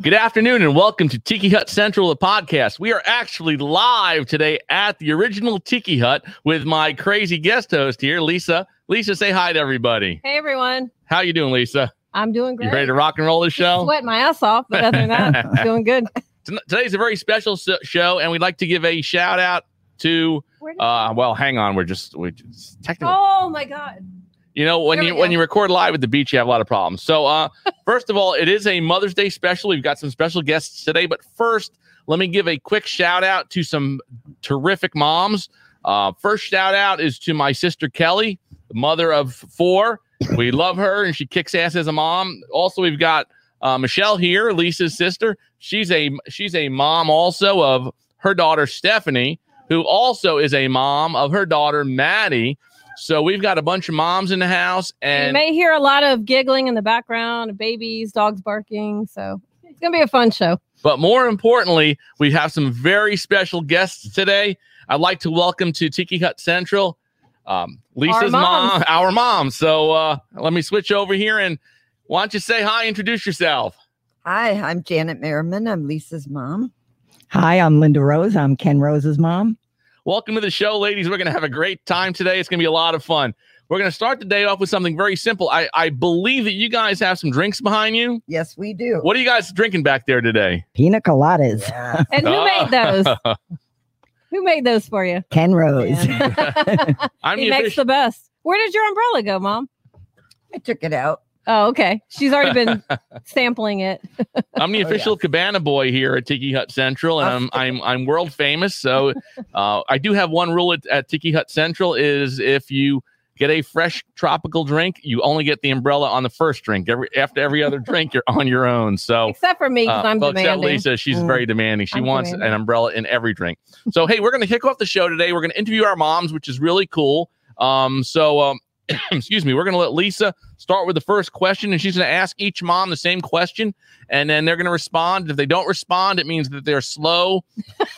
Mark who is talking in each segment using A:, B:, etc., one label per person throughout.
A: Good afternoon and welcome to Tiki Hut Central, the podcast. We are actually live today at the original Tiki Hut with my crazy guest host here, Lisa. Lisa, say hi to everybody.
B: Hey everyone,
A: How you doing, Lisa?
B: I'm doing great.
A: You ready to rock and roll this show?
B: Sweating my ass off, but other than that, I'm doing good.
A: Ton- Today's a very special s- show, and we'd like to give a shout out to. Uh, well, hang on. We're just we just technical.
B: oh my god!
A: You know, when
B: There
A: you
B: we
A: when
B: go.
A: you record live at the beach, you have a lot of problems. So, uh, first of all, it is a Mother's Day special. We've got some special guests today, but first, let me give a quick shout out to some terrific moms. Uh, first shout out is to my sister Kelly, the mother of four. We love her, and she kicks ass as a mom. Also, we've got uh, Michelle here, Lisa's sister. She's a she's a mom also of her daughter Stephanie, who also is a mom of her daughter Maddie. So we've got a bunch of moms in the house,
B: you
A: and
B: may hear a lot of giggling in the background, babies, dogs barking. So it's gonna be a fun show.
A: But more importantly, we have some very special guests today. I'd like to welcome to Tiki Hut Central, um, Lisa's mom,
B: moms.
A: our mom. So uh, let me switch over here and why don't you say hi, introduce yourself.
C: Hi, I'm Janet Merriman. I'm Lisa's mom.
D: Hi, I'm Linda Rose. I'm Ken Rose's mom.
A: Welcome to the show, ladies. We're going to have a great time today. It's going to be a lot of fun. We're going to start the day off with something very simple. I, I believe that you guys have some drinks behind you.
C: Yes, we do.
A: What are you guys drinking back there today?
D: Pina coladas.
C: Yeah.
B: And who
A: Oh.
B: made those? Who made those for you?
D: Ken Rose.
A: I'm
B: he
A: the
B: makes
A: official-
B: the best. Where did your umbrella go, Mom?
C: I took it out.
B: Oh, okay. She's already been sampling it.
A: I'm the
C: Oh,
A: official cabana boy here at Tiki Hut Central, and I'm I'm I'm world famous. So uh, I do have one rule at, at Tiki Hut Central is if you get a fresh tropical drink, you only get the umbrella on the first drink. Every after every other drink, you're on your own. So.
B: Except for me, because
A: uh,
B: I'm
A: well, except
B: demanding.
A: Lisa, she's
D: Mm.
A: very demanding. She
B: I'm
A: wants
B: demanding.
A: an umbrella in every drink. So, hey, we're going to kick off the show today. We're going to interview our moms, which is really cool. Um, so, um, excuse me, we're going to let Lisa start with the first question, and she's going to ask each mom the same question, and then they're going to respond. If they don't respond, it means that they're slow,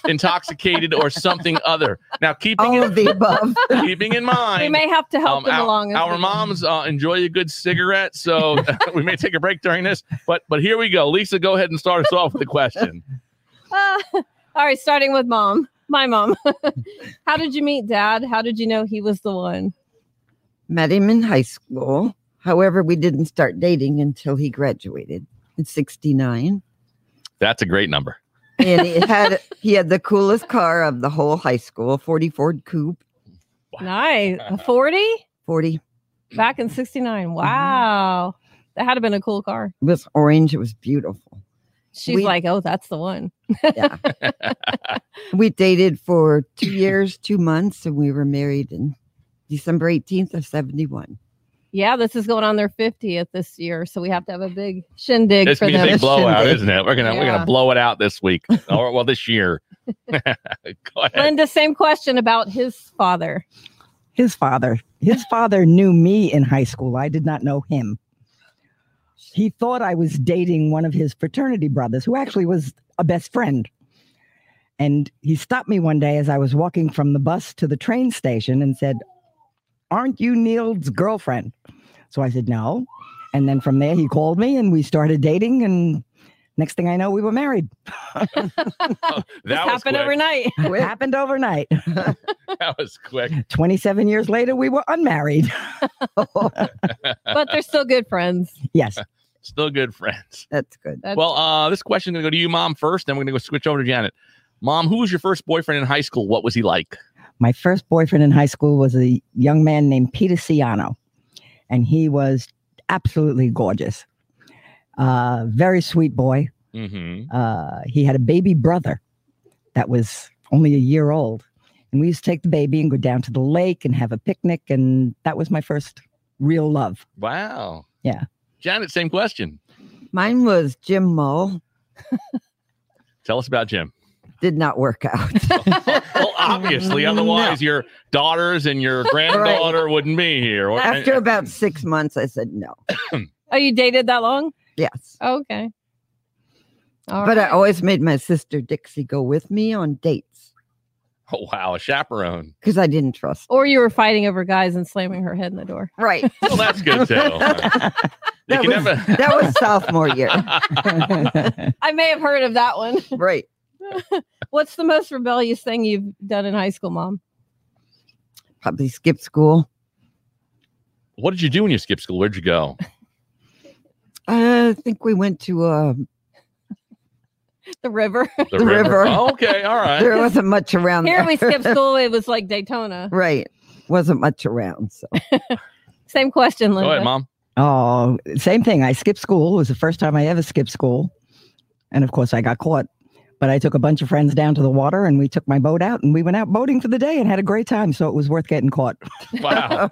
A: intoxicated, or something other. Now, keeping
C: All of the above.
A: in, keeping in
B: We
A: mind.
B: Oh. may have to help
A: um,
B: them
A: our,
B: along. as
A: our
B: we go.
A: moms uh, enjoy a good cigarette, so we may take a break during this. But but here we go. Lisa, go ahead and start us off with a question.
B: Ah, all right, starting with mom. My mom. How did you meet dad? How did you know he was the one?
C: Met him in high school. However, we didn't start dating until he graduated in 69.
A: That's a great number.
C: And he had he had the coolest car of the whole high school, 40 Ford Coupe,
B: Nice. A 40
C: 40 it
B: back in
A: Mm-hmm.
B: 69. Wow. That had been a cool car.
C: was orange, it was beautiful.
B: She's
C: We-
B: like, oh, that's the one.
C: We dated for 2 years, 2 months and we were married in December 18th of 71.
B: Yeah, this is going on their 50th this year. So we have to have a big shindig
A: It's
B: for
A: gonna be a
B: them.
A: big
C: Shouldn't
A: blowout,
C: they?
A: isn't it? We're gonna we're gonna
B: Yeah.
A: blow it out this week, or well, this year. go ahead.
B: Linda, same question about his father.
D: His father. His father knew me in high school. I did not know him. He thought I was dating one of his fraternity brothers, who actually was a best friend. And he stopped me one day as I was walking from the bus to the train station and said, Aren't you Neil's girlfriend? So I said, No. And then from there, he called me and we started dating. And next thing I know, we were married.
B: This
A: That was
B: happened
A: quick.
B: overnight.
D: It happened overnight.
A: That was quick.
D: 27 years later, we were unmarried.
B: but they're still good friends.
D: Yes.
A: Still good friends.
C: That's good.
B: That's
A: Well, uh, this question gonna go to you, mom, first. Then we're gonna go switch over to Janet. Mom, who was your first boyfriend in high school? What was he like?
D: My first boyfriend in high school was a young man named Peter Ciano, and he was absolutely gorgeous. Uh, very sweet boy.
A: Mm-hmm.
D: Uh, he had a baby brother that was only a year old. And we used to take the baby and go down to the lake and have a picnic. And that was my first real love.
A: Wow.
D: Yeah.
A: Janet, same question.
C: Mine was Jim Mull.
A: Tell us about Jim.
C: Did not work out.
A: well, obviously, otherwise your daughters and your granddaughter wouldn't be here. Or,
C: After about six months, I said no.
B: oh, you dated that long?
C: Yes.
B: Okay. All
C: but uh, I
B: right.
C: always made my sister Dixie go with me on dates.
A: Oh, wow, a chaperone.
C: because I didn't trust.
B: Or you were fighting over guys and slamming her head in the door.
C: Right.
A: Well, that's good too.
D: That
A: you can
C: was-
A: never.
C: That was sophomore year.
B: I may have heard of that one.
C: Right.
B: What's the most rebellious thing you've done in high school, mom?
C: Probably skip school.
A: What did you do when you skipped school? Where'd you go?
C: I think we went to uh
B: The river.
A: The,
C: river.
A: Oh, okay, all right.
C: there wasn't much
A: Um,
C: around
B: Here
C: there.
B: we skipped school. It was like Daytona.
C: right. Wasn't much around. So
B: Same question,
A: Go ahead,
B: Linda.
A: mom.
D: Oh, same thing. I skipped school. It was the first time I ever skipped school. And of course, I got caught. But I took a bunch of friends down to the water and we took my boat out and we went out boating for the day and had a great time. So it was worth getting caught.
A: Wow,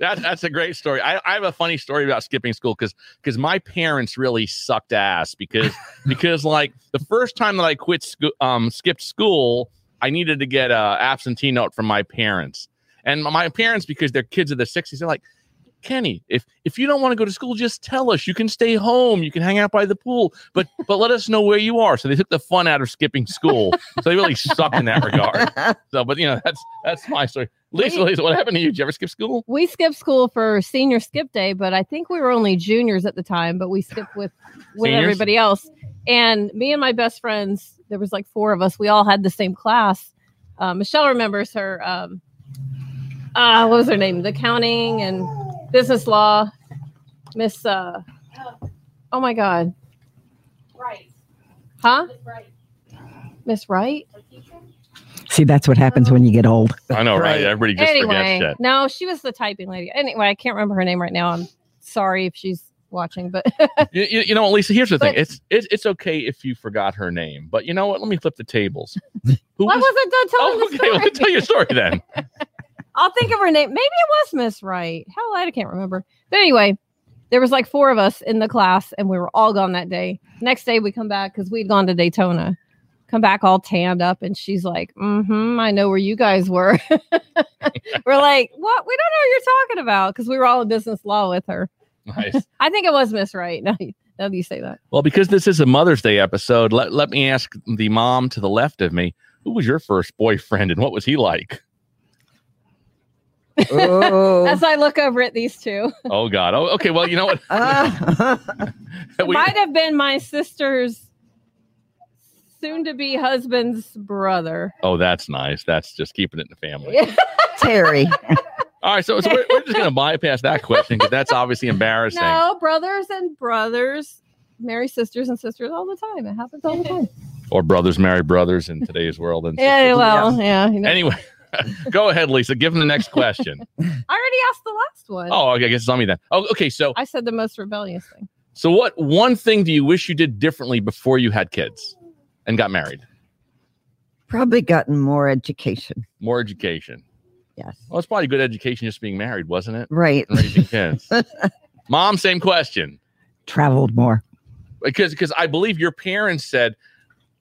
A: that, that's a great story. I, I have a funny story about skipping school because because my parents really sucked ass because because like the first time that I quit sco- um skipped school, I needed to get a absentee note from my parents and my- my parents because they're kids of the '60s. They're like. Kenny, if if you don't want to go to school, just tell us. You can stay home. You can hang out by the pool, but but let us know where you are. So they took the fun out of skipping school. So they really sucked in that regard. So, but you know, that's that's my story. Lisa, Lisa, what happened to you? Did you ever skip school?
B: We skipped school for senior skip day, but I think we were only juniors at the time, but we skipped with with
A: Seniors?
B: everybody else. And me and my best friends, there was like four of us. We all had the same class. Uh, Michelle remembers her um uh what was her name? The counting and business law. Miss uh Oh my god.
E: Right.
B: Huh?
E: That's right.
B: Miss Wright?
E: Her teacher?
D: See, that's what happens when you get old.
A: I know, right?
C: Right.
A: Everybody just
B: anyway,
A: forgets
B: no, she was the typing lady. Anyway, I can't remember her name right now. I'm sorry if she's watching, but
A: that. You, you, you know, what, Lisa, here's the thing.
B: But-
A: It's, it's it's okay if you forgot her name, but you know what? Let me flip the tables. Who
B: I
A: was?
B: wasn't done telling
A: Oh,
B: the
A: okay. Well,
B: story.
A: let me tell you a story then.
B: I'll think of her name. Maybe it was Miss Wright. Hell, I can't remember. But anyway, there was like four of us in the class, and we were all gone that day. Next day, we come back because we'd gone to Daytona. Come back all tanned up, and she's like, "Mm-hmm, I know where you guys were." we're like, "What? We don't know what you're talking about," because we were all in business law with her.
A: Nice.
B: I think it was Miss Wright. Now, you- now that you say that,
A: Well, because this is a Mother's Day episode, let let me ask the mom to the left of me. Who was your first boyfriend, and what was he like?
C: oh.
B: as I look over at these two,
A: Oh God. Oh, okay. Well, you know what?
C: Ah.
B: it
A: We-
B: might have been my sister's soon-to-be husband's brother.
A: oh, that's nice. That's just keeping it in the family.
C: Terry.
A: All right. So, so we're, we're just gonna bypass that question because that's obviously embarrassing.
B: No, brothers and brothers marry sisters and sisters all the time. It happens all the time.
A: or brothers marry brothers in today's world. And
B: yeah,
A: sisters-
B: well, yeah. you know.
A: anyway, go ahead, Lisa. Give him the next question.
B: I already asked the last one.
A: oh, okay, I guess it's on me then. Oh, okay. So,
B: I said the most rebellious thing.
A: so what one thing do you wish you did differently before you had kids and got married?
C: Probably gotten more education.
A: More education.
C: Yes.
A: Well, it's probably good education just being married, wasn't it?
C: Right.
A: And raising kids. Mom, same question.
D: Traveled more.
A: Because because I believe your parents said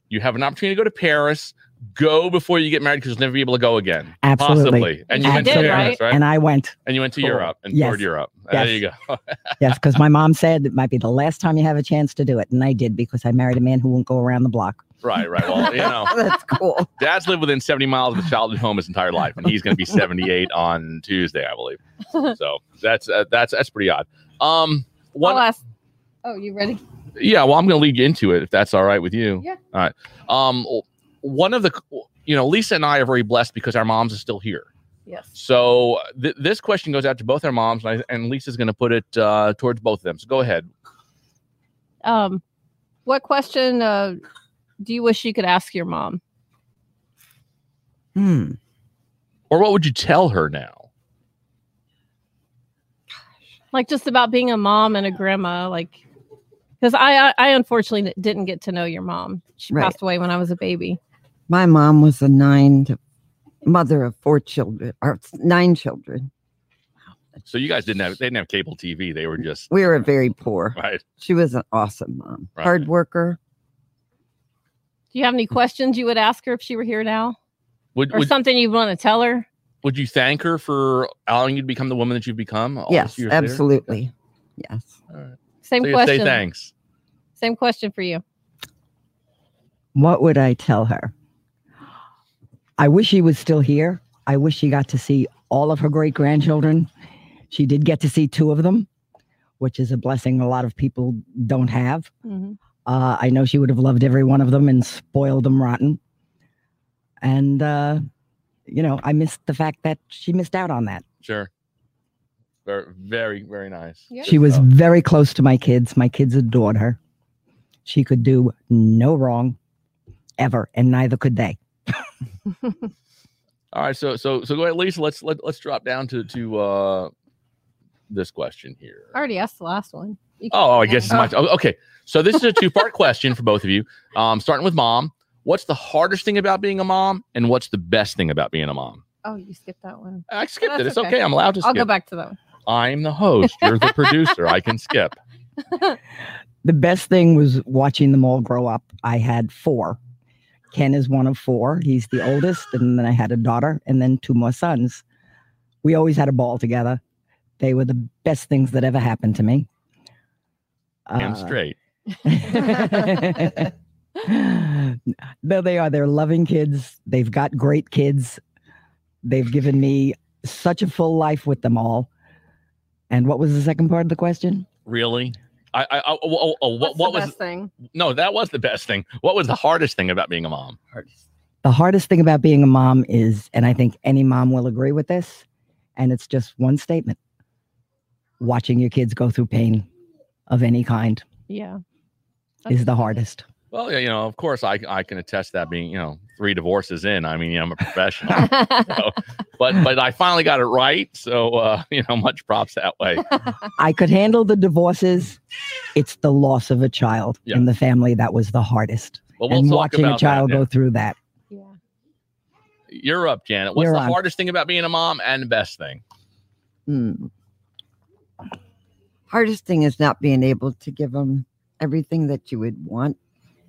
A: you have an opportunity to go to Paris. Go before you get married because you'll never be able to go again.
D: Absolutely.
A: Possibly. And you
D: I
A: went to
D: did,
A: Paris, right?
D: And I went.
A: And you went to
D: Cool.
A: Europe and
D: Yes.
A: toured Europe.
D: Yes.
A: There you go.
D: Yes, because my mom said it might be the last time you have a chance to do it. And I did because I married a man who won't go around the block.
A: Right, right. Well, you know,
C: That's cool.
A: dad's lived within 70 miles of his childhood home his entire life, and he's going to be 78 on Tuesday, I believe. So that's uh, that's that's pretty odd. Um, one,
B: I'll ask. Oh, you ready?
A: yeah. Well, I'm going to lead you into it if that's all right with you.
B: Yeah.
A: All right. Um, one of the, you know, Lisa and I are very blessed because our moms are still here.
B: Yes.
A: So uh, th- this question goes out to both our moms, and, I, and Lisa's going to put it uh, towards both of them. So go ahead.
B: Um, what question uh, do you wish you could ask your mom?
C: Hmm.
A: Or what would you tell her now?
B: Like just about being a mom and a grandma, like because I, I I unfortunately didn't get to know your mom. She
C: Right.
B: passed away when I was a baby.
C: My mom was a nine to mother of four children or nine children.
A: So you guys didn't have they didn't have cable TV. They were just
C: We were very poor.
A: right.
C: She was an awesome mom.
A: Right.
C: Hard worker.
B: Do you have any questions you would ask her if she were here now,
A: Would,
B: or
A: would
B: something you want to tell her?
A: would you thank her for allowing you to become the woman that you've become? all
C: yes,
A: these years later?
C: absolutely. Yes.
A: All right.
B: Same
A: So you say
B: question.
A: thanks.
B: Same question for you.
D: What would I tell her? I wish he was still here. I wish she got to see all of her great grandchildren. She did get to see two of them, which is a blessing a lot of people don't have.
B: Mhm.
D: Uh, I know she would have loved every one of them and spoiled them rotten. And, uh, you know, I missed the fact that she missed out on that.
A: Sure. Very, very, very nice. Uh,
B: Yeah.
A: Good
D: She was
A: stuff.
D: very close to my kids. My kids adored her. She could do no wrong ever, and neither could they.
A: All right, so so so go ahead, Lisa. Let's let let's drop down to to uh this question here.
B: I already asked the last one. You can-
A: Oh, I guess it's
B: Uh.
A: my oh, okay. So this is a two part question for both of you. Um, starting with mom. What's the hardest thing about being a mom, and what's the best thing about being a mom?
B: Oh, you skipped that one.
A: I skipped it.
B: That's
A: It's okay.
B: okay.
A: I'm allowed to skip.
B: I'll go back to that one.
A: I'm the host. You're the producer. I can skip.
D: The best thing was watching them all grow up. I had four. Ken is one of four. He's the oldest. And then I had a daughter and then two more sons. We always had a ball together. They were the best things that ever happened to me.
A: I'm
D: Uh,
A: straight.
D: Uh, no, they are. They're loving kids. They've got great kids. They've given me such a full life with them all. And what was the second part of the question?
A: Really? I I, I oh, oh, oh, what
B: What's
A: what
B: the
A: was
B: best thing?
A: no? That was the best thing. What was the hardest thing about being a mom?
D: The hardest thing about being a mom is, and I think any mom will agree with this, and it's just one statement watching your kids go through pain of any kind
B: Yeah.
D: is the hardest.
A: Well, yeah, you know, of course, I I can attest that being you know three divorces in. I mean, I'm a professional. but but I finally got it right. So uh, you know, much props that way.
D: I could handle the divorces. It's the loss of a child
A: Yeah.
D: in the family that was the hardest.
A: But we'll
D: and
A: talk
D: watching
A: about
D: a child
A: that. now.
D: go through that.
B: yeah.
A: You're up, Janet. What's
D: You're
A: the
D: on.
A: hardest thing about being a mom and the best thing?
C: Hmm. Hardest thing is not being able to give them everything that you would want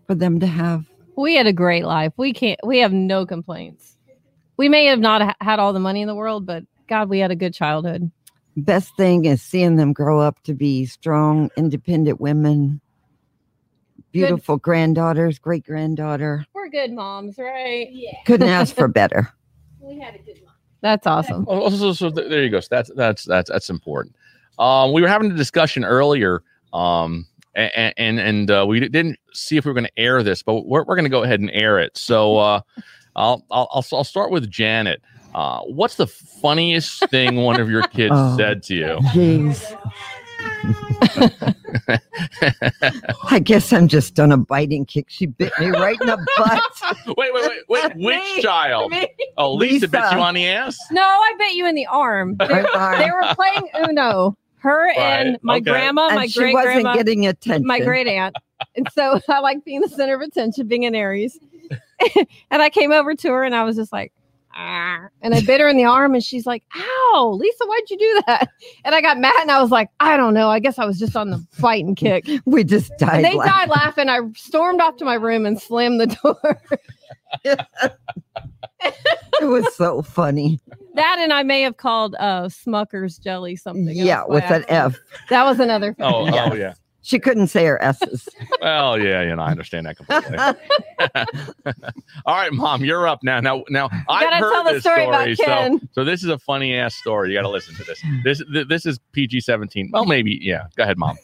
C: for them to have.
B: We had a great life. We can't. We have no complaints. We may have not ha- had all the money in the world, but God, we had a good childhood.
C: Best thing is seeing them grow up to be strong, independent women, beautiful granddaughters, great granddaughter.
B: We're good moms, right?
E: Yeah,
C: Couldn't ask for better.
E: we had a good one.
B: That's awesome.
A: Oh, oh, so, so th- there you go. So that's that's that's that's important. Um, we were having a discussion earlier, um, and and, and uh, we didn't see if we were going to air this, but we're, we're going to go ahead and air it. So uh, I'll, I'll I'll I'll start with Janet. Uh, what's the funniest thing one of your kids
C: Oh.
A: said to you?
C: Jeez. I guess I'm just on a biting kick. She bit me right in the butt.
A: Wait, wait, wait, wait. Which
C: Me.
A: child? Oh, Lisa, bit
C: Lisa.
A: you on the ass.
B: No, I bet you in the arm. They,
C: Right arm.
B: they were playing Uno. Her and my
A: okay.
B: grandma,
C: and
B: my
C: she
B: great
C: wasn't
B: grandma,
C: getting attention.
B: my great aunt. And so I like being the center of attention, being an Aries. and I came over to her and I was just like, ah. And I bit her in the arm and she's like, ow, Lisa, why'd you do that? And I got mad and I was like, I don't know. I guess I was just on the fighting kick.
C: we just died.
B: And they
C: laughing.
B: died laughing. I stormed off to my room and slammed the door.
C: It was so funny.
B: that and I may have called uh, Smucker's Jelly something. else
C: yeah,
B: by
C: with an
B: accident.
C: F.
B: That was another.
A: Oh,
C: Yes.
A: oh yeah.
C: She couldn't say her S's.
A: Well, yeah, you know, I understand that completely. All right, mom, you're up now. Now, now,
B: gotta
A: I heard
B: tell the
A: this
B: story about
A: so,
B: Ken.
A: so this is a funny ass story. You got to listen to this. This th- this is PG-17. Well, maybe, yeah. Go ahead, mom.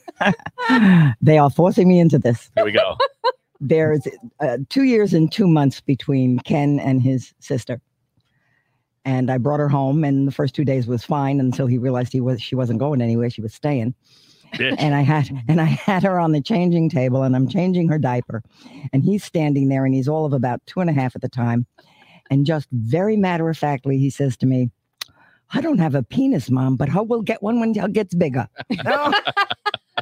D: they are forcing me into this.
A: Here we go.
D: There is uh, two years and two months between Ken and his sister, and I brought her home. And the first two days was fine until he realized he was she wasn't going anywhere. She was staying.
A: Bitch.
D: and I had and I had her on the changing table and I'm changing her diaper. And he's standing there and he's all of about two and a half at the time. And just very matter of factly, he says to me, I don't have a penis, mom, but I will get one when it gets bigger.
C: No.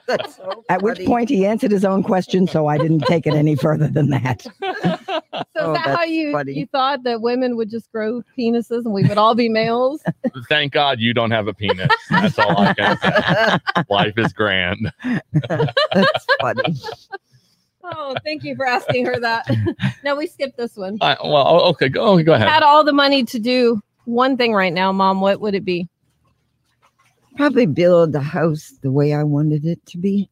C: That's so
D: At which
C: funny.
D: point he answered his own question, so I didn't take it any further than that.
B: So
C: Oh,
B: is that how
C: that's
B: you
C: funny.
B: you thought that women would just grow penises and we would all be males?
A: Thank God you don't have a penis. That's all I can say. Life is grand.
C: That's funny.
B: oh, thank you for asking her that. no, we skipped this one.
A: I, well, oh, okay, go, go ahead.
B: Had all the money to do one thing right now, mom. What would it be?
C: Probably build a house the way I wanted it to be.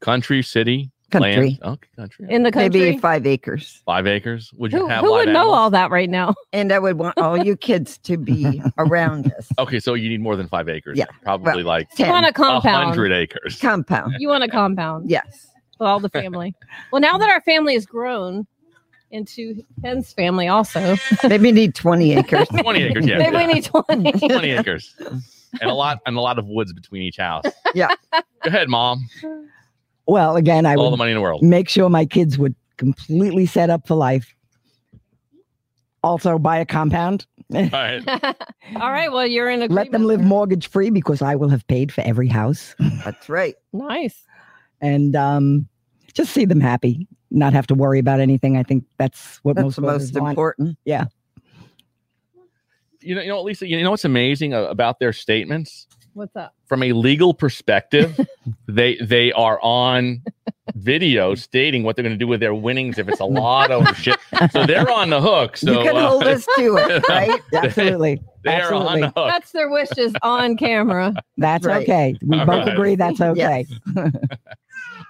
A: Country, city,
C: country.
A: Land? Okay, country.
B: in the country.
C: Maybe five acres.
A: Five acres. Would you
B: who
A: have
B: who
A: live
B: would know
A: animals?
B: all that right now?
C: And I would want all you kids to be around us.
A: Okay, so you need more than five acres.
C: Yeah,
A: Probably like
B: You want
C: Ten
B: a
A: a
B: compound.
A: hundred acres.
C: compound.
B: You want a compound
C: Yes.
B: with all the family. well, now that our family has grown into Penn's family, also
C: Maybe need twenty acres.
A: Twenty acres, yeah.
B: maybe we need twenty.
A: 20 acres and a lot and a lot of woods between each house
C: Yeah.
A: go ahead mom
D: Well, again, I
A: all the
D: would
A: money in the world
D: make sure my kids would completely set up for life. Also, buy a compound.
A: all right
B: all right. Well, you're in a.
D: Let them live mortgage free because I will have paid for every house.
C: That's right.
B: Nice.
D: and um, just see them happy, not have to worry about anything. I think that's what
C: That's
D: most
C: the most
D: mothers want.
C: important.
A: you know you know lisa you know what's amazing a- about their statements
B: What's up?
A: from a legal perspective they they are on video stating what they're going to do with their winnings if it's a lot of shit so they're on the hook so
C: you can
A: uh,
C: hold us to it, right?
D: Absolutely,
A: they're on the hook
B: That's their wishes on camera.
D: that's
C: Right.
D: okay. We
A: All
D: both
A: right.
D: agree that's okay.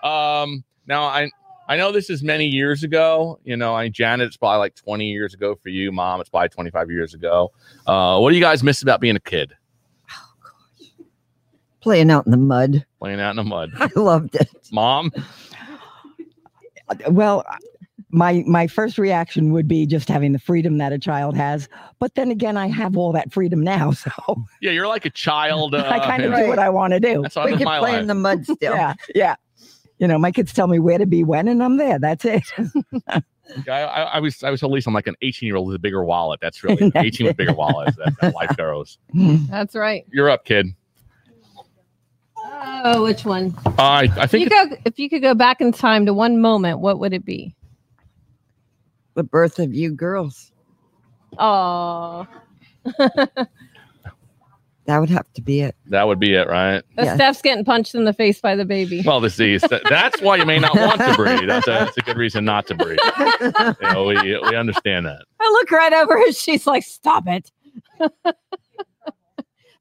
A: Um, now I I know this is many years ago. You know, I Janet, it's probably like 20 years ago for you, Mom. It's probably 25 years ago. Uh, what do you guys miss about being a kid,
C: Playing out in the mud.
A: playing out in the mud,
C: I loved it.
A: Mom?
D: Well, my my first reaction would be just having the freedom that a child has, but then again, I have all that freedom now, so
A: Yeah, you're like a child. Uh,
D: I kind of
C: Right.
D: do what I want to do.
A: that's how I
C: we
A: live
C: could
A: my
C: play
A: life.
C: in the mud still.
D: Yeah, yeah. You know, my kids tell me where to be when, and I'm there. That's it.
A: I, I, I was I was at least I'm like an 18 year old with a bigger wallet. That's really
D: That's
A: 18 with bigger wallets. That's how life goes.
B: That's right.
A: You're up, kid.
B: Oh, which one?
A: I I
B: If you
A: think
B: go, if you could go back in time to one moment, what would it be?
C: The birth of you girls.
B: Oh,
C: That would have to be it.
A: that would be it, right?
C: Yes.
B: Steph's getting punched in the face by the baby.
A: Well, this is that- that's why you may not want to breathe. That's a, that's a good reason not to breathe. You know, we we understand that.
B: I look right over and she's like, "Stop it!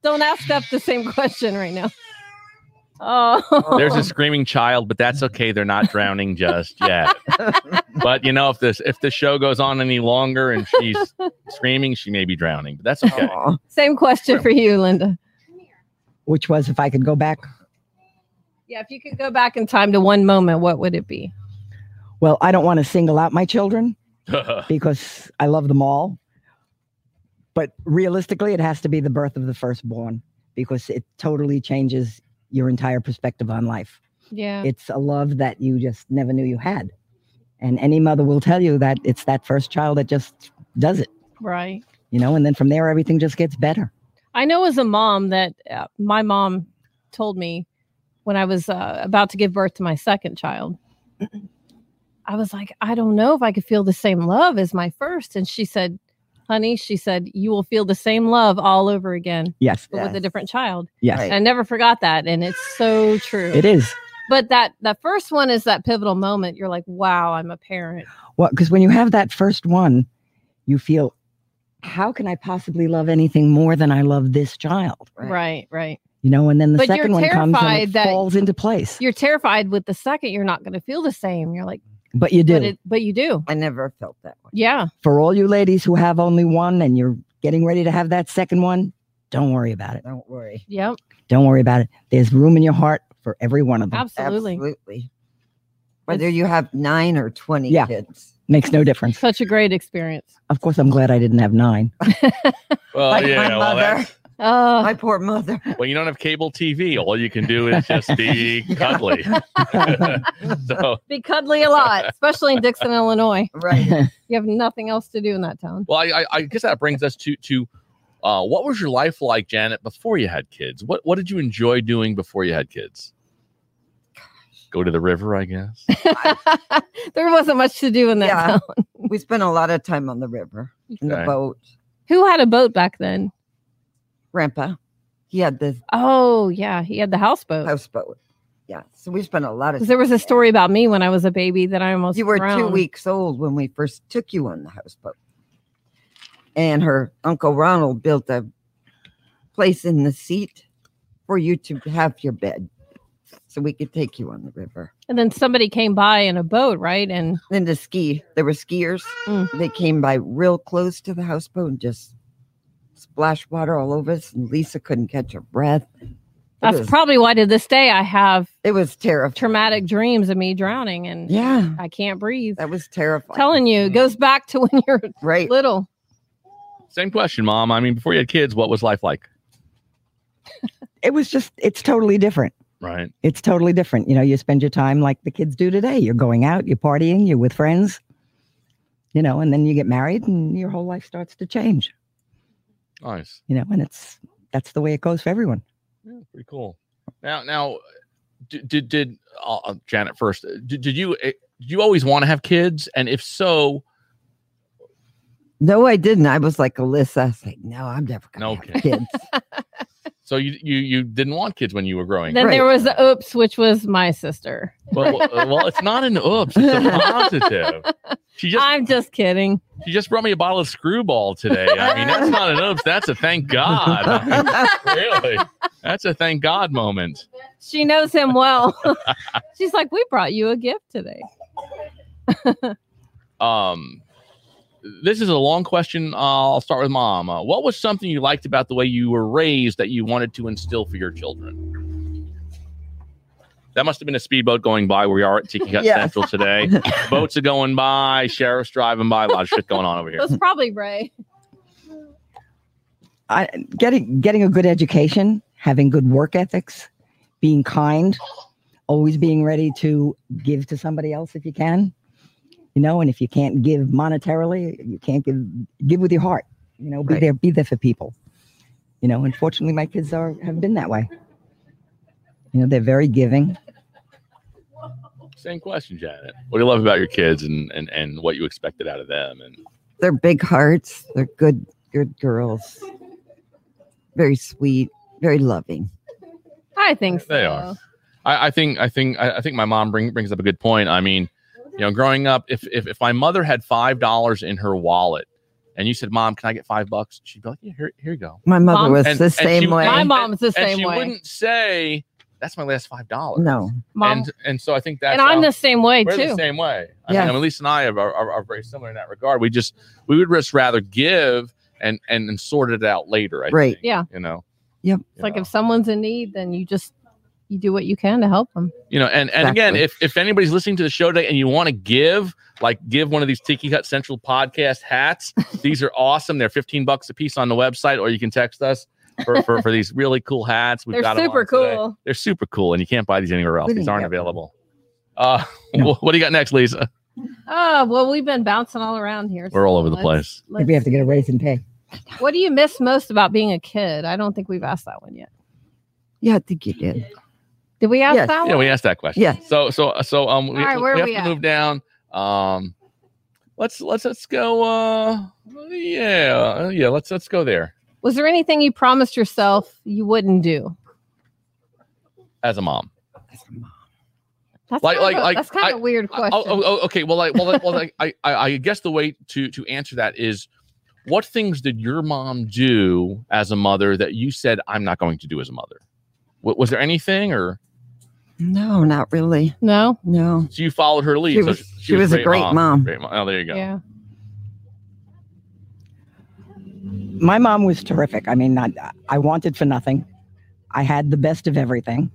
B: Don't ask Steph the same question right now." Oh,
A: There's a screaming child, but that's okay. They're not drowning just yet. but you know, if this if the show goes on any longer and she's screaming, she may be drowning. But that's okay.
C: Aw.
B: same question for you, Linda.
D: Which was if I could go back.
B: Yeah, if you could go back in time to one moment, what would it be?
D: Well, I don't want to single out my children. because I love them all. But realistically, it has to be the birth of the firstborn because it totally changes your entire perspective on life.
B: Yeah,
D: It's a love that you just never knew you had. And any mother will tell you that it's that first child that just does it,
B: right.
D: you know, and then from there, everything just gets better.
B: I know as a mom that uh, my mom told me when I was uh, about to give birth to my second child, I was like, I don't know if I could feel the same love as my first. And she said, Honey, she said, you will feel the same love all over again,
D: Yes.
B: but with a
C: Yes.
B: different child.
D: Yes.
C: Right.
B: And I never forgot that. And it's so true.
D: It is.
B: But that that first one is that pivotal moment. You're like, wow, I'm a parent.
D: Well, because when you have that first one, you feel, how can I possibly love anything more than I love this child?
C: Right.
B: right. right.
D: You know, and then the
B: But you're
D: second one comes and
B: terrified
D: it
B: that-
D: falls into place.
B: You're terrified with the second, you're not going to feel the same. You're like,
D: But you do.
B: but it, but you do.
C: I never felt that way.
B: Yeah.
D: for all you ladies who have only one and you're getting ready to have that second one, don't worry about it.
C: Don't worry.
B: Yep.
D: Don't worry about it. There's room in your heart for every one of them.
B: Absolutely.
C: Absolutely. Whether
B: It's-
C: you have nine or 20
D: Yeah.
C: kids.
D: Makes no difference.
B: Such a great experience.
D: Of course, I'm glad I didn't have nine.
A: well,
C: like
A: yeah,
C: my
A: well,
C: mother,
A: that's-
B: Uh,
C: my poor mother.
A: well, you don't have cable TV. All you can do is just be cuddly. so,
B: be cuddly a lot, especially in Dixon, Illinois.
C: Right.
B: You have nothing else to do in that town.
A: well, I, I, I guess that brings us to to uh, what was your life like, Janet, before you had kids? What what did you enjoy doing before you had kids? Go to the river, I guess.
B: there wasn't much to do in that
C: Yeah.
B: town.
C: We spent a lot of time on the river, in
A: Okay.
C: the boat.
B: Who had a boat back then?
C: Grandpa, he had the
B: Oh, yeah. He had the houseboat.
C: houseboat. Yeah. So we spent a lot of
B: Because there was a story about me when I was a baby that I almost
C: You were two
B: drowned.
C: weeks old when we first took you on the houseboat. And her uncle Ronald built a place in the seat for you to have your bed. so we could take you on the river.
B: And then somebody came by in a boat, right? And
C: Then to ski, there were skiers.
B: Mm.
C: They came by real close to the houseboat and just splashed water all over us. And Lisa couldn't catch her breath. It
B: that's
C: was-
B: probably why to this day I have
C: it was terrifying.
B: traumatic dreams of me drowning and
C: Yeah,
B: I can't breathe.
C: that was terrifying.
B: telling you, it goes back to when you're
C: right?
B: little.
A: Same question, mom. I mean, before you had kids, what was life like?
D: It was just, it's totally different.
A: Right.
D: It's totally different. You know, you spend your time like the kids do today. You're going out, you're partying, you're with friends, you know, and then you get married and your whole life starts to change,
A: Nice.
D: you know, and it's, that's the way it goes for everyone.
A: Yeah, pretty cool. Now, now, did did, did uh, uh, Janet first? uh, Did, did you uh, did you always want to have kids? And if so,
C: No, I didn't. I was like Alyssa. I was like, no, I'm never
A: No
C: gonna have kids.
A: so you you you didn't want kids when you were growing.
B: Then
A: up.
B: there was the oops, which was my sister.
A: well, well, uh, well, it's not an oops. It's a positive. She just
B: I'm just kidding.
A: she just brought me a bottle of Screwball today. I mean, that's not an oops. That's a thank God. I mean, really, that's a thank God moment.
B: She knows him well. She's like, we brought you a gift today.
A: Um, this is a long question. I'll start with mom. Uh, what was something you liked about the way you were raised that you wanted to instill for your children? That must have been a speedboat going by where we are at Tiki Hut
C: Yeah.
A: Central today. Boats are going by, sheriff's driving by, a lot of shit going on over
B: It
A: here.
B: was probably Ray.
D: I, getting getting a good education, having good work ethics, being kind, always being ready to give to somebody else if you can. You know, and if you can't give monetarily, you can't give give with your heart. You know, be
C: Right.
D: there, be there for people. You know, unfortunately, my kids are have been that way. You know, they're very giving.
A: Same question, Janet. What do you love about your kids and and, and what you expected out of them? And
C: They're big hearts. They're good, good girls. Very sweet. Very loving.
B: I think so.
A: They are. I, I think I think I I think my mom bring, brings up a good point. I mean, you know, growing up, if if, if my mother had five dollars in her wallet, and you said, "Mom, can I get five bucks?" She'd be like, "Yeah, here, here you go."
C: My mother
B: Mom-
C: was
A: And-
C: the
A: and she-
C: same way.
B: My mom's the
A: And
B: same
A: she
B: way.
A: wouldn't say, "That's my last five dollars."
C: no,
B: Mom
A: and and so I think that's
B: and I'm
A: how-
B: the same way
A: we're
B: too.
A: the same way. I
C: Yes.
A: mean, I mean, Lisa and I are, are, are very similar in that regard. We just we would just rather give and and, and sort it out later. I
C: Right.
A: think,
B: Yeah.
A: You know.
C: Yep.
B: It's like if someone's in need, then you just you do what you can to help them.
A: you know and and again
C: Exactly.
A: if if anybody's listening to the show today and you want to give like give one of these tiki hut central podcast hats these are awesome they're 15 bucks a piece on the website or you can text us for for, for these really cool hats we've
B: They're
A: 'em
B: super
A: on today.
B: cool.
A: they're super cool and you can't buy these anywhere else
C: We
A: these
C: didn't
A: aren't
C: get one.
A: available uh
D: No.
A: wh- what do you got next lisa
B: Oh well, we've been bouncing all around here.
A: we're all
B: so
A: over the
B: let's-
A: place
D: Maybe we have to get a raise in pay.
B: let's- What do you miss most about being a kid? I don't think we've asked that one yet.
C: yeah, I think you did.
B: Did we ask
C: Yes.
B: that
A: yeah
B: one?
A: we asked that question
C: Yeah.
A: so so so um we,
B: All right, where
A: we
B: are
A: have
B: we
A: to
B: at?
A: move down um let's let's let's go uh yeah uh, yeah let's let's go there
B: Was there anything you promised yourself you wouldn't do?
A: as a mom
B: That's
A: Like-
B: kind
A: like-
B: of a,
A: like,
B: that's kind
A: I-
B: of a weird
A: Oh,
B: question.
A: oh, oh, okay. Well, I, well, I, well, I, I, I I guess the way to to answer that is, what things did your mom do as a mother that you said I'm not going to do as a mother? Wa- was there anything, or
C: No, not really.
B: No.
C: No.
A: so you followed her lead?
C: She
A: so
C: was- she was a great mom.
A: Great mom. Oh, there you go.
B: Yeah.
D: my mom was terrific. I mean, not I wanted for nothing. I had the best of everything.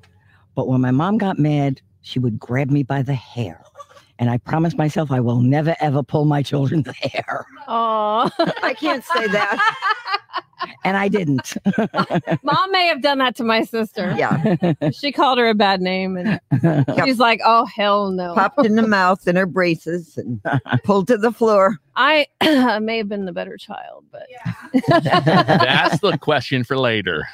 D: But when my mom got mad, she would grab me by the hair. And I promised myself I will never ever pull my children's hair.
B: Oh.
C: I can't say that.
D: And I didn't.
B: Mom may have done that to my sister.
C: Yeah,
B: She called her a bad name, and
C: Yep.
B: she's like, "Oh hell no."
C: popped in the mouth in her braces and pulled to the floor.
B: I may have been the better child, but
A: That's the question for later.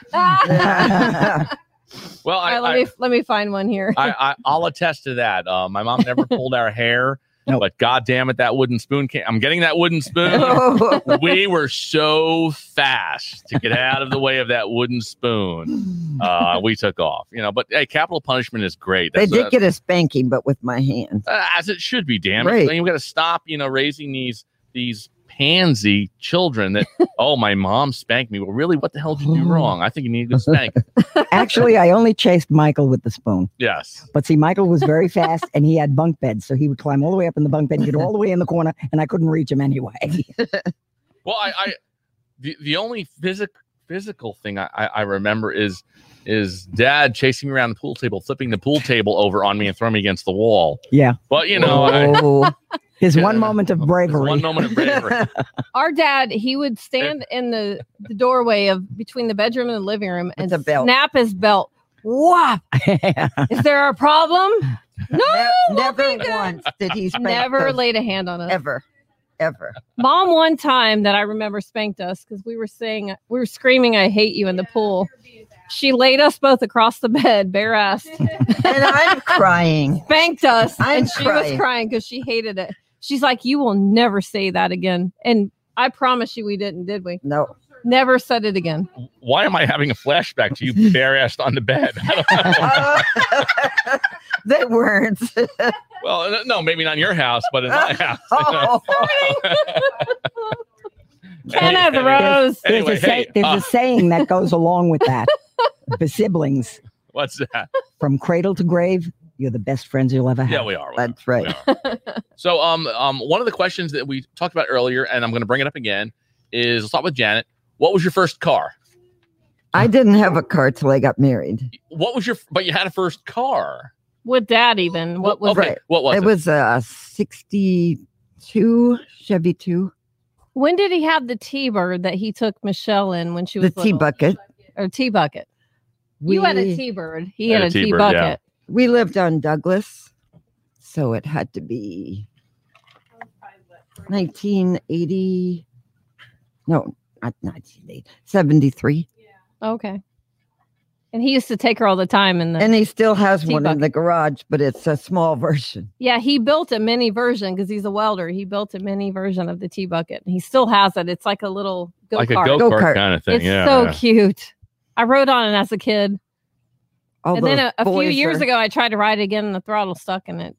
A: Well, I, I,
B: All right, let me let me find one here.
A: I, I, I'll attest to that. Uh, my mom never pulled our hair,
D: Nope.
A: but God damn it, that wooden spoon came. I'm getting that wooden spoon.
C: oh,
A: we were so fast to get out of the way of that wooden spoon. Uh, we took off, you know. But hey, capital punishment is great.
C: they
A: That's
C: did
A: a-
C: get a spanking, but with my hand.
A: uh, as it should be. Damn it!
C: Right.
A: I mean, we got to stop, you know, raising these these pansy children that, oh, my mom spanked me. Well, really, what the hell did you do wrong? I think you need to spank.
D: Actually, I only chased Michael with the spoon.
A: Yes.
D: But see, Michael was very fast and he had bunk beds. So he would climb all the way up in the bunk bed, get all the way in the corner, and I couldn't reach him anyway.
A: Well, I, I the, the only physic, physical thing I, I, I remember is is dad chasing me around the pool table, flipping the pool table over on me and throwing me against the wall.
D: Yeah.
A: But, you know, I,
C: Oh,
D: His
A: Yeah.
D: one moment of bravery.
A: one moment of bravery.
B: Our dad, he would stand in the, the doorway of between the bedroom and the living room and
C: the belt.
B: snap his belt. Whop! Is there a problem? No,
C: ne-
B: we'll
C: never
A: Oh,
B: be good.
C: once did he spank
B: Never
C: us,
B: laid a hand on us.
C: ever, ever.
B: Mom, one time that I remember spanked us because we were saying we were screaming, "I hate you" in the pool. She laid us both across the bed, bare ass,
C: And I'm crying.
B: spanked us,
C: I'm
B: and she was
C: crying.
B: crying because she hated it. She's like, "You will never say that again," and I promise you, we didn't, did we?
C: No,
B: Never said it again.
A: Why am I having a flashback to you bare assed on the bed? I don't know.
C: they weren't.
A: Well, n- no, maybe not in your house, but in my house.
C: Oh,
B: Kenneth
A: Anyway,
B: Rose.
D: There's,
A: Anyway,
D: a, say-
A: hey,
D: there's
A: uh,
D: a saying that goes along with that. The siblings,
A: what's that?
D: from cradle to grave, you're the best friends you'll ever have.
A: Yeah, we are. We are.
C: that's right.
A: So, um, um, one of the questions that we talked about earlier, and I'm going to bring it up again, is let's start with Janet. What was your first car?
C: I didn't have a car till I got married.
A: What was your? But you had a first car.
B: With dad, even what was
A: okay.
C: it?
A: What was it?
C: It was a 62 Chevy 2,
B: when did he have the T bird that he took Michelle in when she
C: the
B: was
C: T
B: little?
C: bucket.
B: or T bucket? you had a T bird. He had,
A: Had a
B: a T
A: T-bird,
B: bucket.
A: yeah.
C: We lived on Douglas, so it had to be 1980. No, not 1980, 73.
B: Okay. And he used to take her all the time. And
C: And he still has
B: Tea
C: one in
B: bucket.
C: the garage, but it's a small version.
B: yeah, he built a mini version because he's a welder. He built a mini version of the tea bucket. He still has it. It's like a little go
A: like
B: kart.
A: a go kart
C: Go-kart.
A: kind of thing.
B: it's
A: yeah.
B: so
A: yeah.
B: cute. I rode on it as a kid.
C: All
B: and then
C: those
B: a, a few
C: boys
B: years
C: are-
B: ago, I tried to ride it again and the throttle stuck and it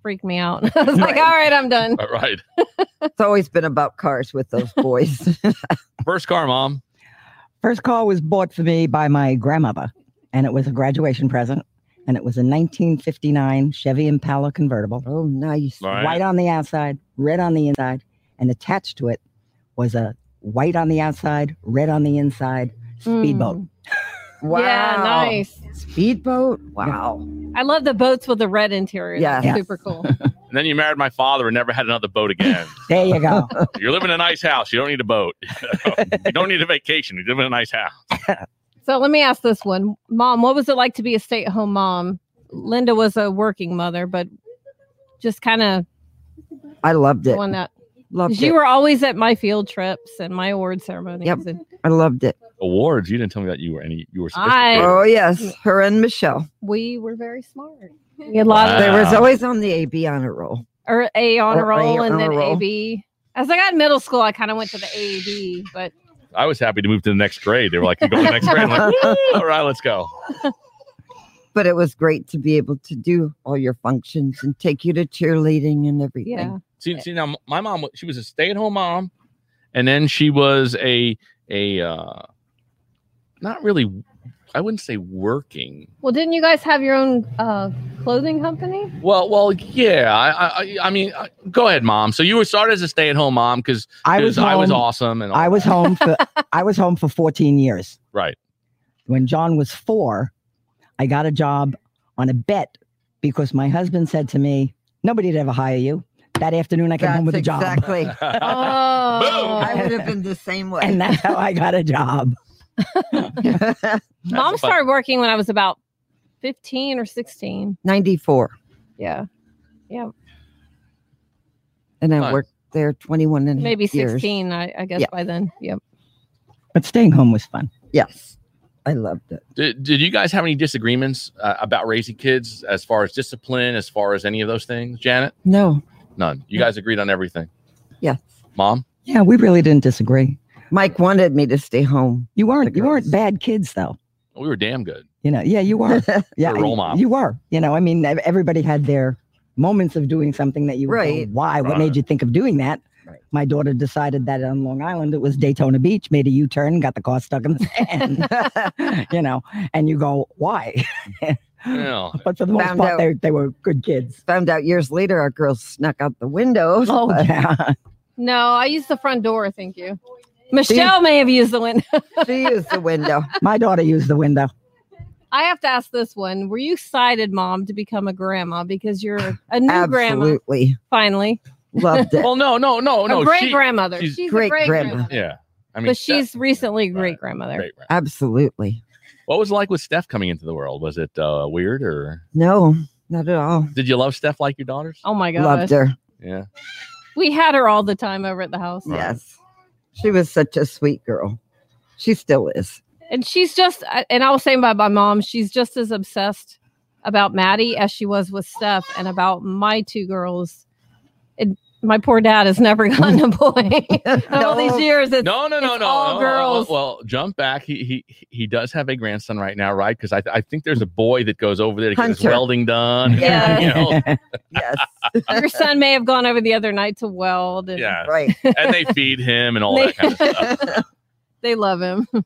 B: freaked me out. I was like,
C: Right.
B: all right, I'm done.
A: All right.
C: It's always been about cars with those boys.
A: First car, mom.
D: First car was bought for me by my grandmother, and it was a graduation present, and it was a 1959 Chevy Impala convertible,
C: oh, nice.
A: All right.
D: white on the outside, red on the inside, and attached to it was a white on the outside, red on the inside speedboat.
B: Mm.
C: Wow.
B: Yeah, nice.
C: Speedboat? Wow.
B: I love the boats with the red interior. That's
D: Yeah.
B: Super cool.
A: And then you married my father and never had another boat again.
D: There you go.
A: You're living in a nice house. You don't need a boat. you don't need a vacation. You live in a nice house.
B: So let me ask this one, Mom. What was it like to be a stay-at-home mom? Linda was a working mother, but just kind of
C: I loved it.
B: one that 'cause
C: Loved
B: you
C: it.
B: were always at my field trips and my award ceremonies.
C: Yep.
B: And
C: I loved it.
A: Awards. You didn't tell me that you were any. You were.
B: I-
A: sophisticated.
C: Oh, yes. Her and Michelle.
B: we were very smart. We had a lot
A: Wow.
B: of
C: They was
A: Wow.
C: always on the AB honor roll.
B: or A honor
C: Or A
B: roll and
C: honor
B: then
C: roll.
B: AB. As I got in middle school, I kind of went to the AAB, but
A: I was happy to move to the next grade. They were like, "You go to the next grade." I'm like, "Woo, all right, let's go.
C: But it was great to be able to do all your functions and take you to cheerleading and everything.
B: yeah,
A: See, see now, m- my mom wa- she was a stay-at-home mom, and then she was a a uh, not really. I wouldn't say working.
B: well, didn't you guys have your own uh, clothing company?
A: Well, well, yeah. I, I, I- I mean, I, go ahead, mom. So you were started as a stay-at-home mom because
D: I was home.
A: I was awesome and all
D: I was home for I was home for 14 years.
A: right.
D: when John was four, I got a job on a bet because my husband said to me, Nobody would ever hire you. That afternoon, I came home with
C: That's
D: a job.
C: exactly.
D: Oh.
C: I
B: Oh,
C: would have been the same way.
D: And that's how I got a job.
B: mom
A: That's fun.
B: started working when I was about fifteen or sixteen.
C: 94.
B: Yeah.
C: And I
A: Fun.
C: worked there 21 and a
B: maybe
C: half years.
B: 16 I, I guess
C: Yeah.
B: by then yep
D: But staying home was fun.
C: Yes. I loved it.
A: Did, did you guys have any disagreements uh, about raising kids as far as discipline, as far as any of those things, Janet?
C: No.
A: None. You guys agreed on everything.
C: Yes.
A: Mom.
D: Yeah, we really didn't disagree.
C: Mike wanted me to stay home.
D: You
C: The
D: weren't you
C: girls.
D: weren't bad kids though.
A: We were damn good.
D: You know, yeah, you were. Yeah,
A: You're a role
D: I-
A: model.
D: You were. You know, I mean, ev- everybody had their moments of doing something that you would go,
C: Right.
D: why? What
A: Right.
D: made you think of doing that?
B: Right.
D: My daughter decided that on Long Island it was Daytona Beach, made a U turn, got the car stuck in the sand, you know, and you go, why?
A: Yeah.
D: But for the most
C: Found
D: part,
C: out.
D: they, they were good kids.
C: Found out years later, our girls snuck out the windows.
D: Oh,
C: but
D: yeah.
B: No, I used the front door. Thank you. Michelle may have used the window.
C: she used the window.
D: My daughter used the window.
B: I have to ask this one. Were you excited, mom, to become a grandma because you're a new grandma
C: Absolutely
B: finally?
C: loved it.
A: Well, no, no, no, Oh, no.
B: a great
A: she-
B: grandmother.
A: she's
B: She's,
C: great
B: a great
C: grandma.
B: grandmother.
A: Yeah. I mean,
B: but
A: Steph-
B: she's recently
A: Right,
B: great grandmother.
A: great grandma.
C: Absolutely.
A: What was it like with Steph coming into the world? Was it uh, weird or
C: No, not at all.
A: did you love Steph like your daughters?
B: Oh my gosh.
C: Loved her.
A: Yeah.
B: We had her all the time over at the house.
A: Right.
C: Yes. She was such a sweet girl. She still is.
B: And she's just, I- and I was saying by my mom, she's just as obsessed about Maddie as she was with Steph and about my two girls. And my poor dad has never gotten a boy. all these years, it's,
A: No, no, no,
B: It's
A: no.
B: all
A: no,
B: girls.
A: Well, well, jump back. He he he does have a grandson right now, right? Because I, I think there's a boy that goes over there to get his
C: Hunter.
A: welding done.
B: Yeah.
A: You know,
C: Yes.
B: your son may have gone over the other night to weld. And
A: yeah.
C: right.
A: And they feed him and all that kind of stuff.
B: They love him.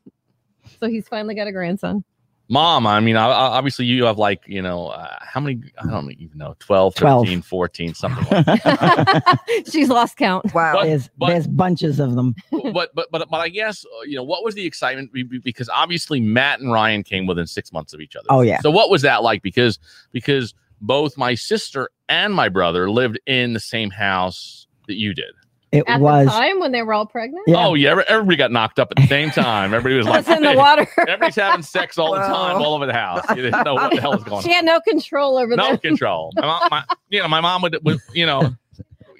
B: so he's finally got a grandson.
A: Mom, I mean, I, I- obviously you have like, you know, uh, how many? I don't even know, 12,
D: 12.
A: 13, 14, something like that.
B: she's lost count.
C: Wow.
A: But-
D: There's, there's bunches of them.
A: but, but, but, but I guess, uh, you know, what was the excitement? Be- be- Because obviously Matt and Ryan came within six months of each other.
D: Oh, yeah.
A: So what was that like? Because, because both my sister and my brother lived in the same house that you did.
D: It
B: At
D: was.
B: the time when they were all pregnant?
D: Yeah.
A: Oh yeah, every- everybody got knocked up at the same time. Everybody was
B: It was
A: like,
B: in the water.
A: everybody's having sex all the time,
C: Wow.
A: all over the house. You didn't know what the hell was going
B: she
A: on.
B: had no control over
A: No
B: that.
A: control. My, mom, my, you know, my mom would, would you know,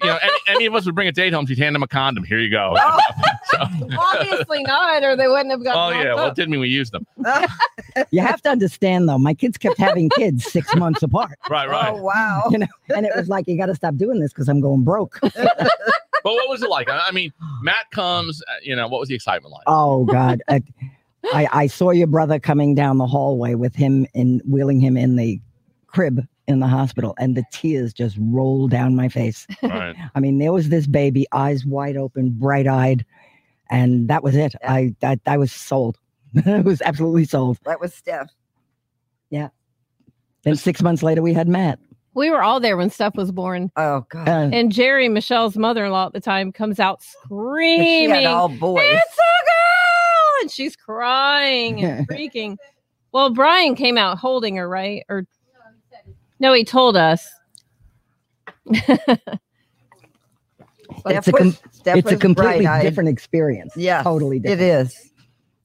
A: you know, any, any of us would bring a date home. She'd hand him a condom. Here you go.
B: Oh.
A: So-
B: Obviously not, or they wouldn't have
A: oh
B: gotten.
A: yeah,
B: knocked
A: well, it
B: up.
A: didn't mean we used them.
D: You have to understand, though, my kids kept having kids six months apart.
A: Right, right.
C: Oh, wow.
D: And it was like, you got to stop doing this because I'm going broke.
A: But what was it like? I, I mean, Matt comes. uh, You know, what was the excitement like?
D: Oh God. I, I I saw your brother coming down the hallway with him in wheeling him in the crib in the hospital and the tears just rolled down my face.
A: Right.
D: I mean, there was this baby, eyes wide open, bright eyed, and that was it. I I, I was sold. I was absolutely sold.
C: That was Steph.
D: Then six months later we had Matt.
B: we were all there when Steph was born,
C: Oh, God.
D: Uh,
B: and Jerry, Michelle's mother-in-law at the time, comes out
C: She
B: screaming,
C: had all boys.
B: "It's a girl!" and she's crying and freaking. Well, Brian came out holding her, right? Or no, he told us.
C: Steph
D: It's a com-
C: was- Steph
D: it's a
C: was
D: completely
C: bright-eyed.
D: different experience.
C: Yes,
D: Totally
C: It
D: different.
C: is.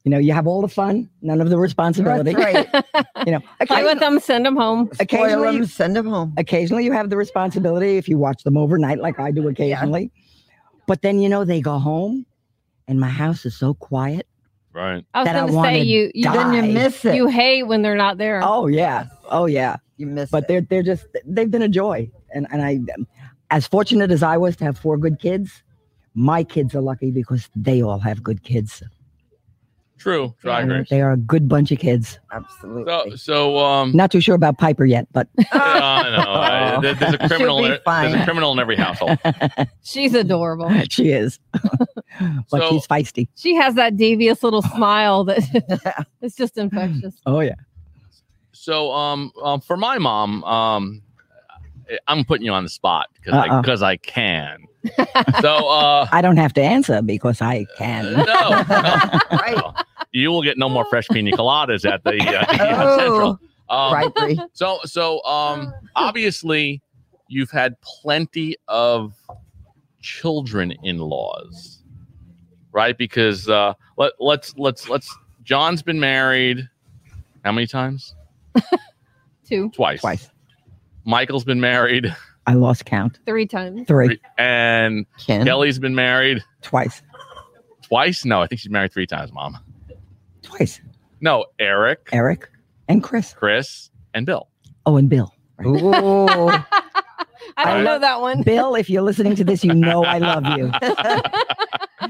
D: You know, you have all the fun, none of the responsibility.
C: That's right.
D: You know,
B: Play with
D: occasionally,
B: them, send them home.
C: Spoil
D: occasionally
C: them, send them home.
D: occasionally you have the responsibility if you watch them overnight like i do occasionally but then you know they go home and my house is so quiet
A: Right.
B: I was
D: That I
B: going to
D: wanna
B: say you, you,
D: die.
C: Then you miss it.
B: you hate when they're not there.
D: oh yeah oh yeah
C: you miss
D: but
C: it.
D: they're they're just they've been a joy and and i as fortunate as i was to have four good kids my kids are lucky because they all have good kids
A: True. True. I agree.
D: they are a good bunch of kids
A: So,
C: Absolutely.
A: so
C: Mm.
A: um,
D: not too sure about piper yet but
A: yeah, I know. I- there- there's a criminal.
C: be
A: in- There's a
C: fine.
A: criminal in every household.
B: She's adorable.
D: she is but
A: So-
D: she's feisty
B: She has that devious little smile that it's just infectious.
D: oh yeah
A: So, um, um, for my mom, um, I'm putting you on the spot because I
D: Uh-uh.
A: because I can. so, uh,
D: i don't have to answer because i can
A: no, no,
C: right.
A: no. you will get no more fresh pina coladas at the uh, Eon Central.
C: Oh,
A: Um,
C: right. Bree.
A: So, so, um, obviously, you've had plenty of children-in-laws, right? Because uh, let let's let's let's. John's been married how many times?
B: Two,
A: Twice.
D: twice
A: Michael's been married,
D: i lost count
B: three times.
D: three
A: and
C: Ken.
A: Kelly's been married
D: twice
A: twice. No, I think she's married three times, Mom.
D: twice
A: No, Eric,
D: Eric and Chris.
A: Chris, and Bill.
D: Oh, and Bill.
C: Ooh.
B: I don't know that one.
D: Bill, if you're listening to this, you know I love you.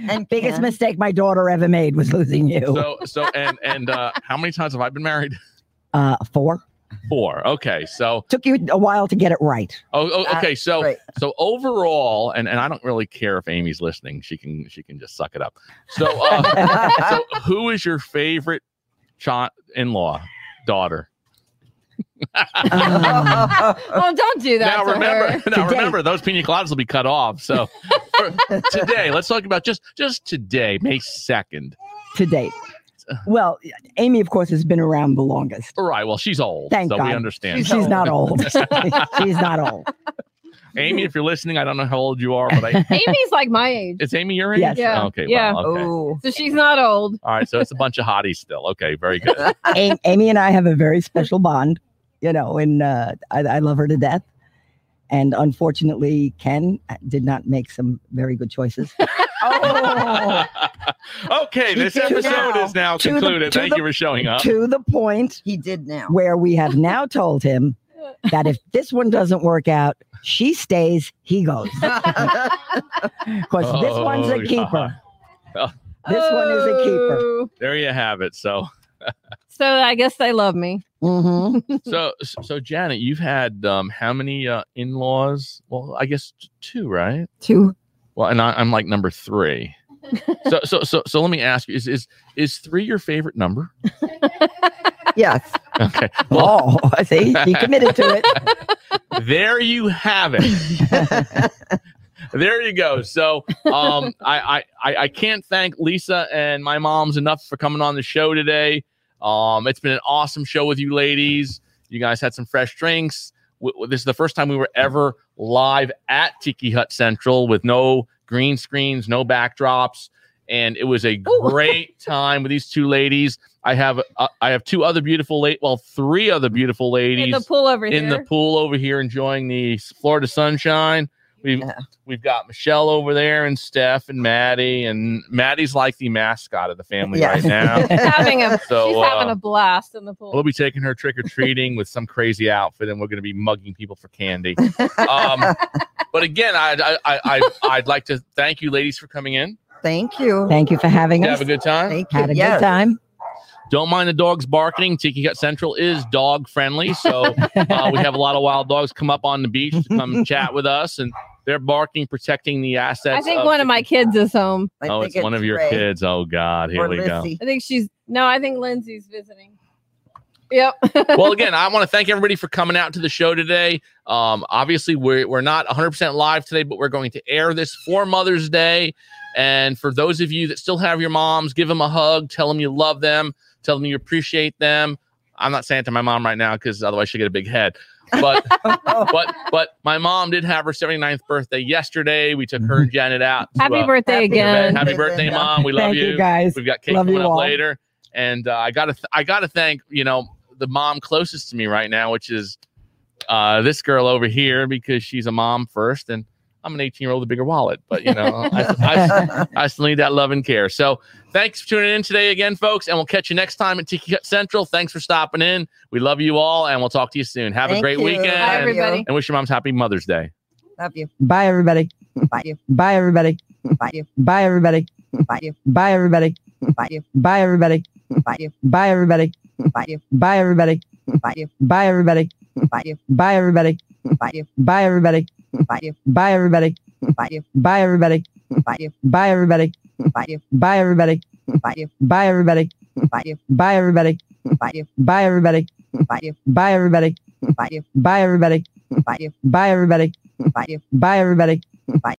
C: and
D: Biggest
C: Ken.
D: mistake my daughter ever made was losing you.
A: So, so, and and uh, how many times have I been married?
D: Uh, four.
A: four. Okay, so
D: Took you a while to get it right.
A: oh,
D: Uh,
A: oh, okay, so
C: right.
A: so overall, and and I don't really care if Amy's listening. She can she can just suck it up. So uh, so who is your favorite cha- in law daughter?
D: Um,
B: Oh, don't do that.
A: now
B: to
A: remember,
B: her.
A: now
D: Today.
A: remember, those pina coladas will be cut off. So for today, let's talk about just just today, May second.
D: to date. Well, Amy, of course, has been around the longest.
A: All right. Well, she's old,
D: Thank
A: so we
D: God.
A: understand.
D: She's not old. She's not old.
A: Amy, if you're listening, I don't know how old you are, but I,
B: Amy's like my age,
A: it's Amy your age.
D: Yes.
B: Yeah.
A: Okay.
B: Yeah.
A: Well, okay.
C: Oh,
B: so she's not old.
A: All right. So it's a bunch of hotties still. Okay. Very good.
D: A- Amy and I have a very special bond, you know, and uh, I, I love her to death. And unfortunately, Ken did not make some very good choices.
C: oh.
A: okay. This
C: To the-
A: episode is now
D: to the-
A: concluded.
D: to
A: Thank
D: the-
A: you for showing up.
D: to the point
C: he did now.
D: where we have now told him that if this one doesn't work out, she stays, he goes. Of course, this one's
A: Oh,
D: a
A: God.
D: keeper. This one is a keeper.
B: Oh.
A: There you have it. So
B: So I guess they love me.
D: Mm-hmm.
A: so so Janet, you've had um, how many uh, in-laws? Well, I guess t- two, right?
C: Two.
A: Well, and I, I'm like number three. so, so, so, so, let me ask you: Is is is three your favorite number?
C: Yes.
A: Okay,
D: Oh, see, he committed to it.
A: there you have it. there you go. So, um, I, I, I, I can't thank Lisa and my mom's enough for coming on the show today. Um, it's been an awesome show with you ladies. You guys had some fresh drinks. W- w- this is the first time we were ever live at Tiki Hut Central with no green screens, no backdrops, and it was a
B: Ooh.
A: great time with these two ladies. I have uh, I have two other beautiful late, well, three other beautiful
B: In
A: ladies
B: the pool over
A: in
B: here.
A: the pool over here enjoying the Florida sunshine. We've
C: Yeah.
A: we've got Michelle over there and Steph and Maddie and Maddie's like the mascot of the family
C: Yeah.
A: right now.
B: having a
A: So,
B: she's having
A: uh,
B: a blast in the pool.
A: We'll be taking her trick or treating with some crazy outfit, and we're going to be mugging people for candy. Um, but again, I, I, I, I, I'd like to thank you, ladies, for coming in.
C: Thank you.
D: Thank you for having
A: You
D: us.
A: have a good time.
C: Thank you.
D: Had a
C: yes.
D: good time.
A: Don't mind the dogs barking. Tiki Hut Central is dog friendly, so uh, we have a lot of wild dogs come up on the beach to come chat with us, and they're barking, protecting the assets.
B: I think one of my kids is home.
C: I
A: oh,
C: think
A: it's, one of your
C: Ray
A: kids. Oh God, here
C: or
A: we go.
C: Lissy.
B: I think she's no. I think Lindsay's visiting. Yep.
A: well, again, I want to thank everybody for coming out to the show today. Um, obviously, we're, we're not 100% live today, but we're going to air this for Mother's Day. And for those of you that still have your moms, give them a hug, tell them you love them, tell them you appreciate them. I'm not saying it to my mom right now because otherwise she'll get a big head. But but but my mom did have her 79th birthday yesterday. We took her and Janet out. to,
B: Mm-hmm. Happy
A: uh,
B: birthday
C: happy
B: again.
C: birthday.
A: Happy birthday,
C: Linda.
A: mom. We love
D: Thank you, guys.
A: We've got cake
D: Love you
A: coming up
D: all.
A: later, and uh, I gotta th- I gotta thank you know the mom closest to me right now, which is uh, this girl over here because she's a mom first, and I'm an 18 year old with a bigger wallet, but you know I, I, I still need that love and care. So thanks for tuning in today again, folks, and we'll catch you next time at Tiki Hut Central. Thanks for stopping in. We love you all, and we'll talk to you soon. Have a
C: Thank
A: great
C: you.
A: weekend,
B: Bye, everybody.
A: and wish your moms happy Mother's Day.
C: Love you.
D: Bye, everybody.
C: Bye you.
D: Bye, everybody.
C: Bye you.
D: Bye, everybody.
C: Bye you.
D: Bye, everybody.
C: Bye you.
D: Bye, everybody.
C: Bye you.
D: Bye, everybody.
C: Bye you.
D: Bye, everybody.
C: Bye you.
D: Bye, everybody.
C: Bye you.
D: Bye, everybody.
C: Bye you.
D: Bye, everybody.
C: Bye you.
D: Bye, everybody.
C: Bye you.
D: Bye, everybody.
C: Bye you.
D: Bye, everybody.
C: Bye you.
D: Bye, everybody.
C: Bye you.
D: Bye, everybody.
C: Bye you.
D: Bye, everybody.
C: Bye you.
D: Bye, everybody.
C: Bye you.
D: Bye, everybody.
C: Bye you. Bye
D: Bye, everybody.
C: you.
D: Bye, everybody.
C: Bye you.
D: Bye, everybody.